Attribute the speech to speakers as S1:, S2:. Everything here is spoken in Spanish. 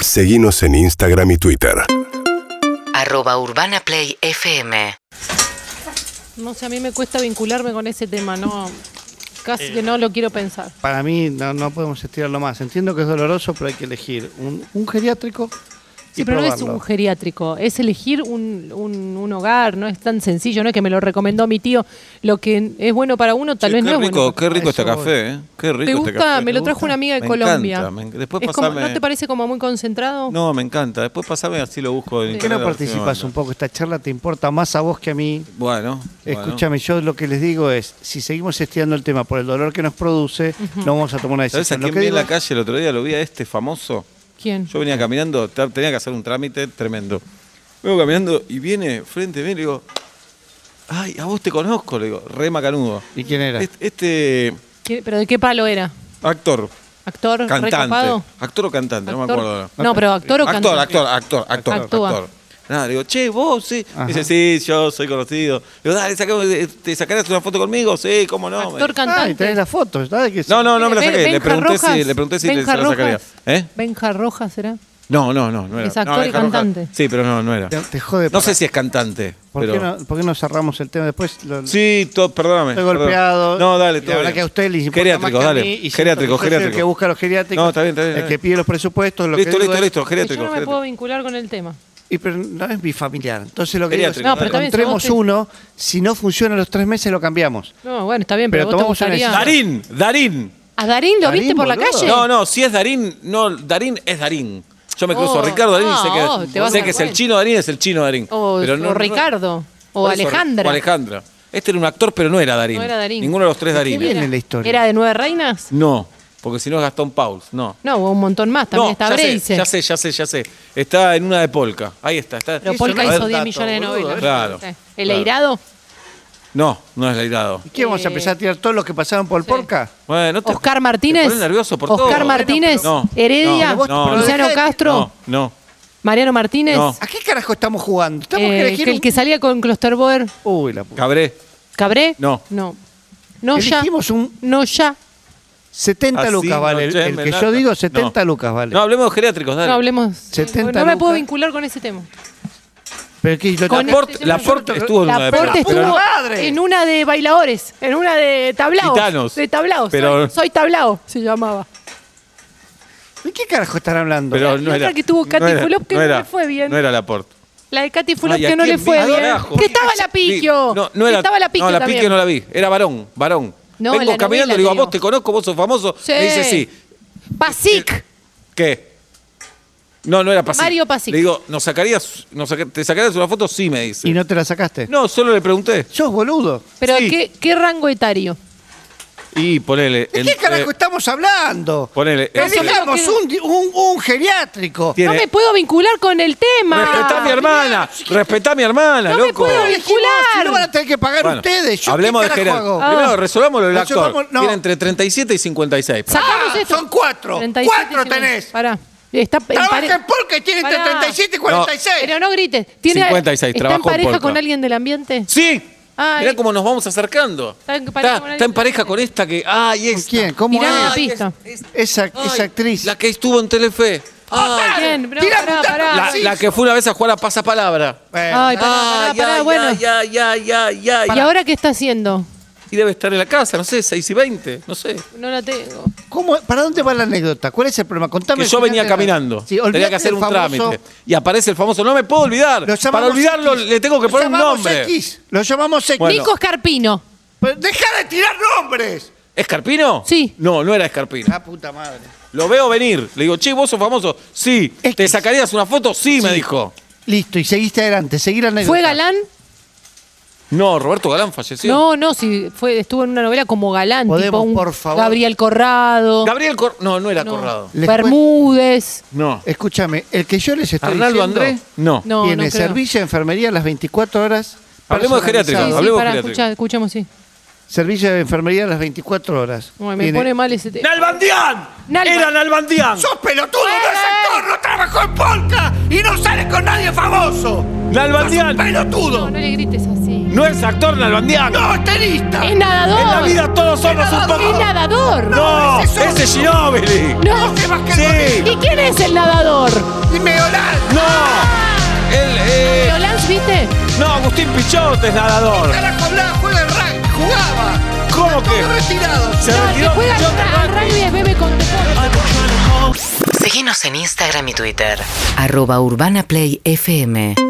S1: Seguimos en Instagram y Twitter.
S2: Arroba Urbana Play FM.
S3: No sé, a mí me cuesta vincularme con ese tema, no. Casi que no lo quiero pensar.
S4: Para mí no, no podemos estirarlo más. Entiendo que es doloroso, pero hay que elegir un, un geriátrico y
S3: Sí, pero no es
S4: probarlo.
S3: un geriátrico, es elegir un, un- un hogar, no es tan sencillo, no es que me lo recomendó mi tío. Lo que es bueno para uno, tal
S5: Che,
S3: vez
S5: qué
S3: no es
S5: rico,
S3: bueno.
S5: Qué rico
S4: Ah,
S5: este
S4: eso
S5: café, ¿eh? Qué rico
S3: ¿Te
S5: este
S3: gusta?
S5: café.
S3: Me lo
S5: ¿Te
S3: trajo
S5: gusta?
S3: una amiga de
S5: Me
S3: Colombia.
S5: encanta, me enc- Después
S3: Es como-
S5: pasame.
S3: ¿No te parece como muy concentrado?
S5: No, me encanta. Después pasame así lo busco. en
S4: ¿Por qué no
S5: internet, a ver si me
S4: participas
S5: manda.
S4: un poco? Esta charla te importa más a vos que a mí.
S5: Bueno. bueno.
S4: Escúchame, yo lo que les digo es, si seguimos estirando el tema por el dolor que nos produce, no vamos a tomar una decisión.
S5: ¿Sabes a
S4: Lo
S5: quién
S4: que
S5: vi en
S4: digo
S5: la
S4: es-
S5: calle el otro día? Lo vi a este famoso.
S3: ¿Quién?
S5: Yo venía caminando, ta- tenía que hacer un trámite tremendo. Vengo caminando y viene frente a mí y le digo, ay, a vos te conozco, le digo, re macanudo.
S4: ¿Y quién era?
S5: Este, este
S3: ¿Qué- ¿Pero de qué palo era?
S5: actor,
S3: ¿Actor?
S5: cantante.
S3: ¿Recopado?
S5: Actor o cantante, no me
S3: Actor.
S5: acuerdo. ahora.
S3: No, pero actor o
S5: Actor,
S3: cantante.
S5: actor, actor, actor,
S3: Actúa.
S5: actor. Nada, le digo, che, vos, sí.
S4: Ajá.
S5: Me Dice, sí, yo soy conocido. Le digo, dale, sacame- eh, ¿te sacarás una foto conmigo? Sí, cómo no. eh. Ah, Me-
S3: Actor,
S4: Ay,
S3: cantante.
S4: Ah, tenés las fotos. ¿sabes? Que
S5: No, no, no me la
S3: Ben-
S5: saqué. Le
S3: Benja
S5: pregunté
S3: Rojas.
S5: si, le pregunté si le,
S3: Benja
S5: se la sacaría.
S3: Rojas.
S5: ¿Eh?
S3: Benja Rojas será.
S5: No, no, no, no era.
S3: Es actor
S5: No,
S3: y
S5: Benja Rojas.
S3: cantante.
S5: Sí, pero no, no era.
S4: Te, te jode.
S5: No
S4: para-
S5: sé si es cantante.
S4: ¿Por,
S5: pero...
S4: qué no, por qué no cerramos el tema después? Lo-
S5: Sí, todo, perdóname.
S4: Estoy
S5: perdón.
S4: golpeado.
S5: No, dale,
S4: La
S5: todo.
S4: verdad
S5: bien.
S4: que a usted le importa
S5: Geriátrico,
S4: más que a
S5: dale.
S4: mí, y siento que
S5: geriátrico,
S4: yo soy
S5: geriátrico.
S4: El que busca los geriátricos.
S5: No, está bien, está bien,
S4: El
S5: está
S4: que
S5: bien.
S4: pide los presupuestos. Lo
S5: listo,
S4: que
S5: listo,
S4: digo es-
S5: listo, geriátrico.
S3: Yo no me
S5: geriátrico.
S3: puedo vincular con el tema.
S4: Y pero no es mi familiar. Entonces lo que digo es,
S5: Geriátrico, No, pero
S3: dale. también, si
S4: encontremos
S3: vos te-
S4: uno, si no funciona a los tres meses lo cambiamos.
S3: No, bueno, está bien, pero,
S4: Pero
S3: vos te
S4: tomamos una
S3: gustaría...
S4: decisión.
S5: Darín, Darín.
S3: ¿A Darín lo
S4: Darín,
S3: viste por la
S4: boludo.
S3: calle?
S5: No, no, si es Darín, no, Darín es Darín. Yo me cruzo
S3: Oh,
S5: a Ricardo Darín
S3: no,
S5: y sé
S3: te
S5: que,
S3: vas a
S5: sé
S3: dar
S5: que es el
S3: cuenta.
S5: chino Darín, es el chino Darín.
S3: O-
S5: Pero
S3: o Ricardo, o
S5: Por eso,
S3: Alejandra.
S5: O Alejandra. Este era un actor, pero no era Darín.
S3: No era Darín.
S5: Ninguno de los tres Darín.
S4: viene la historia?
S3: ¿Era de Nueve Reinas?
S5: No, porque si no es Gastón Pauls, no.
S3: No, hubo un montón más. También
S5: no,
S3: está
S5: ya sé,
S3: Breise.
S5: ya sé, ya sé, ya sé. Está en una de Polka. Ahí está, está.
S3: Pero
S4: Eso
S3: Polka
S4: no es
S3: hizo 10
S4: dato,
S3: millones de
S4: boludo,
S3: novelas.
S4: ¿eh?
S5: Claro,
S3: Sí. ¿El
S5: claro.
S3: Eirado?
S5: No, no es Leirado.
S4: ¿Y qué vamos
S3: Eh,
S4: a empezar a tirar todos los que pasaron por el Porca?
S5: Bueno, no te-
S3: Oscar
S5: te
S3: Martínez.
S5: pones nervioso por
S3: Oscar
S5: todo. ¿eh?
S3: Martínez.
S5: No, no,
S3: Heredia.
S5: no, no,
S3: Luciano
S4: no.
S3: Castro.
S5: No, no.
S3: Mariano Martínez.
S5: No.
S4: ¿A qué carajo estamos jugando? Estamos
S3: eh,
S4: que elegir
S3: que el
S4: un-
S3: que salía con Klosterboer.
S4: Uy, la puta.
S5: Cabré.
S3: ¿Cabré?
S5: No.
S3: No. Noya.
S4: Elegimos un-
S3: Noya.
S4: 70
S5: Así
S4: lucas
S5: no
S4: vale. El, el
S5: llamen
S4: que
S5: la-
S4: yo digo, 70
S5: no.
S4: lucas vale.
S5: No, hablemos de geriátricos, dale.
S3: No hablemos.
S4: 70
S3: no me puedo
S4: lucas.
S3: vincular con ese tema.
S4: Pero que lo
S3: Con-
S5: Laporte,
S3: este,
S5: Laporte estuvo en una de
S3: Laporte
S5: Polka, pero
S3: estuvo
S5: no-
S4: madre.
S3: en una de bailadores, en una de tablaos.
S5: Gitanos.
S3: De tablaos.
S5: Pero-
S3: soy, soy tablao, se llamaba.
S4: ¿De qué carajo están hablando?
S5: Pero
S3: La
S5: no
S3: otra
S5: era.
S3: que tuvo Katy
S5: era-
S3: Fulop que no
S5: era-
S3: le fue bien.
S5: No era Laporte.
S3: La de Katy Fulop
S5: Ay, ¿a
S3: que no le
S5: quién
S3: fue
S5: vi?
S3: bien.
S5: Carajo.
S3: Que estaba la
S5: Sí,
S3: Piquio.
S5: No, no
S3: Que
S5: era.
S3: estaba la Piquio
S5: No, la
S3: también.
S5: Piquio no la vi. Era varón, varón.
S3: No, en la
S5: Vengo
S3: novela,
S5: caminando, le digo, a
S3: digo.
S5: vos te conozco, vos sos famoso.
S3: Sí.
S5: Me dice sí.
S3: Pasic.
S5: ¿Qué? No, no era Pasic.
S3: Mario Pasic.
S5: Le digo, ¿nos sacarías, nos saca- ¿te sacarías una foto? Sí, me dice.
S4: ¿Y no te la sacaste?
S5: No, solo le pregunté.
S4: Sos boludo.
S3: Pero
S5: Sí.
S3: ¿qué, qué rango etario?
S5: Y ponele.
S4: ¿De
S5: en-
S4: qué carajo
S5: eh,
S4: estamos hablando?
S5: Ponele. en-
S4: Elijamos
S3: menos
S4: un, un, un geriátrico.
S5: tiene-
S3: No me puedo vincular con el tema.
S5: Respetá a mi hermana, respetá a mi hermana,
S3: No me
S5: loco.
S3: puedo
S4: Pero elegimos,
S3: vincular.
S4: si no van a tener que pagar
S5: Bueno,
S4: ustedes. ¿Yo
S5: hablemos
S4: qué
S5: de
S4: carajo hago?
S5: Gerardo.
S3: Ah,
S5: Primero, resolvamos lo del
S4: Resolvamos-
S5: actor.
S4: no.
S5: Tiene entre 37 y 56.
S3: Sacamos
S4: Ah,
S3: esto.
S4: son cuatro.
S3: 37
S4: Cuatro
S3: y 50.
S4: tenés.
S3: Pará. Está en
S4: Trabaja
S3: pare-
S4: en Polka y tiene entre
S3: Pará.
S4: 37 y 46.
S3: Pero no grites. ¿Tiene,
S5: 56,
S3: ¿Está en
S5: trabajó en
S3: pareja
S5: Polka.
S3: con alguien del ambiente?
S5: ¡Sí!
S3: Ay.
S5: Mirá cómo nos vamos acercando.
S3: Está en pareja con
S5: Está, está en pareja con esta que. ¡Ay,
S4: ¿Con
S5: es
S4: quién? ¿Cómo
S3: Tirame
S4: es?
S3: una pista.
S4: Esa, esa actriz.
S5: La que estuvo en Telefe. Ay,
S3: ¿Quién? No,
S4: Tirá,
S3: pará,
S4: puta,
S3: pará.
S5: la, la que fue una vez a jugar a pasapalabra.
S4: Bueno,
S3: Ay, pará, pará,
S5: Ay,
S3: pará,
S5: ay,
S3: bueno.
S5: ay, ay, ay, ay, ay.
S3: ¿Y ahora qué está haciendo?
S5: Y debe estar en la casa, no sé, 6 y 20, no sé.
S3: No la tengo.
S4: ¿cómo- ¿Para dónde va la anécdota? ¿Cuál es el problema? Contame.
S5: que
S4: el
S5: yo
S4: final
S5: venía
S4: de la-
S5: caminando.
S4: Sí, olvidate
S5: tenía que hacer
S4: del
S5: un
S4: famoso-
S5: trámite. Y aparece el famoso. No me puedo olvidar.
S4: Lo llamamos
S5: Para olvidarlo
S4: X.
S5: le tengo que
S4: Lo
S5: poner un
S4: llamamos
S5: nombre.
S4: X. Lo llamamos X.
S5: Bueno.
S3: Nico Escarpino.
S4: Pero deja de tirar nombres.
S5: ¿Escarpino?
S3: Sí.
S5: No, no era Escarpino.
S4: La puta madre.
S5: Lo veo venir. Le digo, che, vos sos famoso. Sí.
S4: X.
S5: ¿Te sacarías una foto? Sí, me dijo.
S4: Listo, y seguiste adelante. Seguir la anécdota.
S3: ¿Fue galán?
S5: No, Roberto Galán falleció.
S3: No, no, si fue, estuvo en una novela como galán, tipo
S4: Podemos,
S3: un
S4: por favor.
S3: Gabriel Corrado,
S5: Gabriel Cor No, no era Corrado.
S4: Les
S3: Bermúdez.
S5: No.
S4: Escúchame, el que yo les estoy
S5: ¿Arnaldo
S4: diciendo
S5: Andrés? No.
S3: No,
S4: tiene
S3: no creo.
S4: servicio de enfermería las 24 horas.
S5: Hablemos de
S4: personalizado.
S5: geriátrico,
S3: Sí, sí,
S5: hablemos
S3: pará,
S5: geriátrico.
S3: escuchá, escuchemos, sí.
S4: Servicio de enfermería las 24 horas.
S3: Ay, me
S4: Tiene-
S3: pone mal ese tema.
S5: ¡Nalbandián!
S3: Nalban.
S5: ¡Era Nalbandián!
S4: ¡Sos pelotudo!
S3: ¡Eh!
S4: ¡No es actor! ¡No trabajó en Polka! ¡Y no sales con nadie famoso! ¡Sos un
S5: ¡Nalbandián!
S4: pelotudo!
S3: No, no le grites así.
S5: No es actor Nalbandián.
S4: ¡No, es tenista!
S3: ¡Es
S5: En la
S3: nadador!
S5: vida todos somos un
S3: ¡Es
S5: poco.
S3: nadador!
S5: No,
S4: ese es
S5: ese es Ginóbili.
S3: ¡No!
S4: ¡Sebastián
S5: Sí.
S3: ¿Y quién es el nadador? amor.
S4: ¡Y Meolán!
S5: ¡No! El, eh,
S3: Meolans, ¿viste?
S5: no, Agustín Pichot es nadador.
S4: ¡Carajo, hablaba! ¡Juega el rank! ¡Jugaba! Todos
S5: ¿Cómo que?
S4: retirados!
S5: Se
S3: No, el que
S5: retiró
S3: juega
S5: Pichot
S3: al al
S5: al rugby.
S3: rugby es bebe con deporte.
S2: Síguenos en Instagram y Twitter. Arroba Urbana Play FM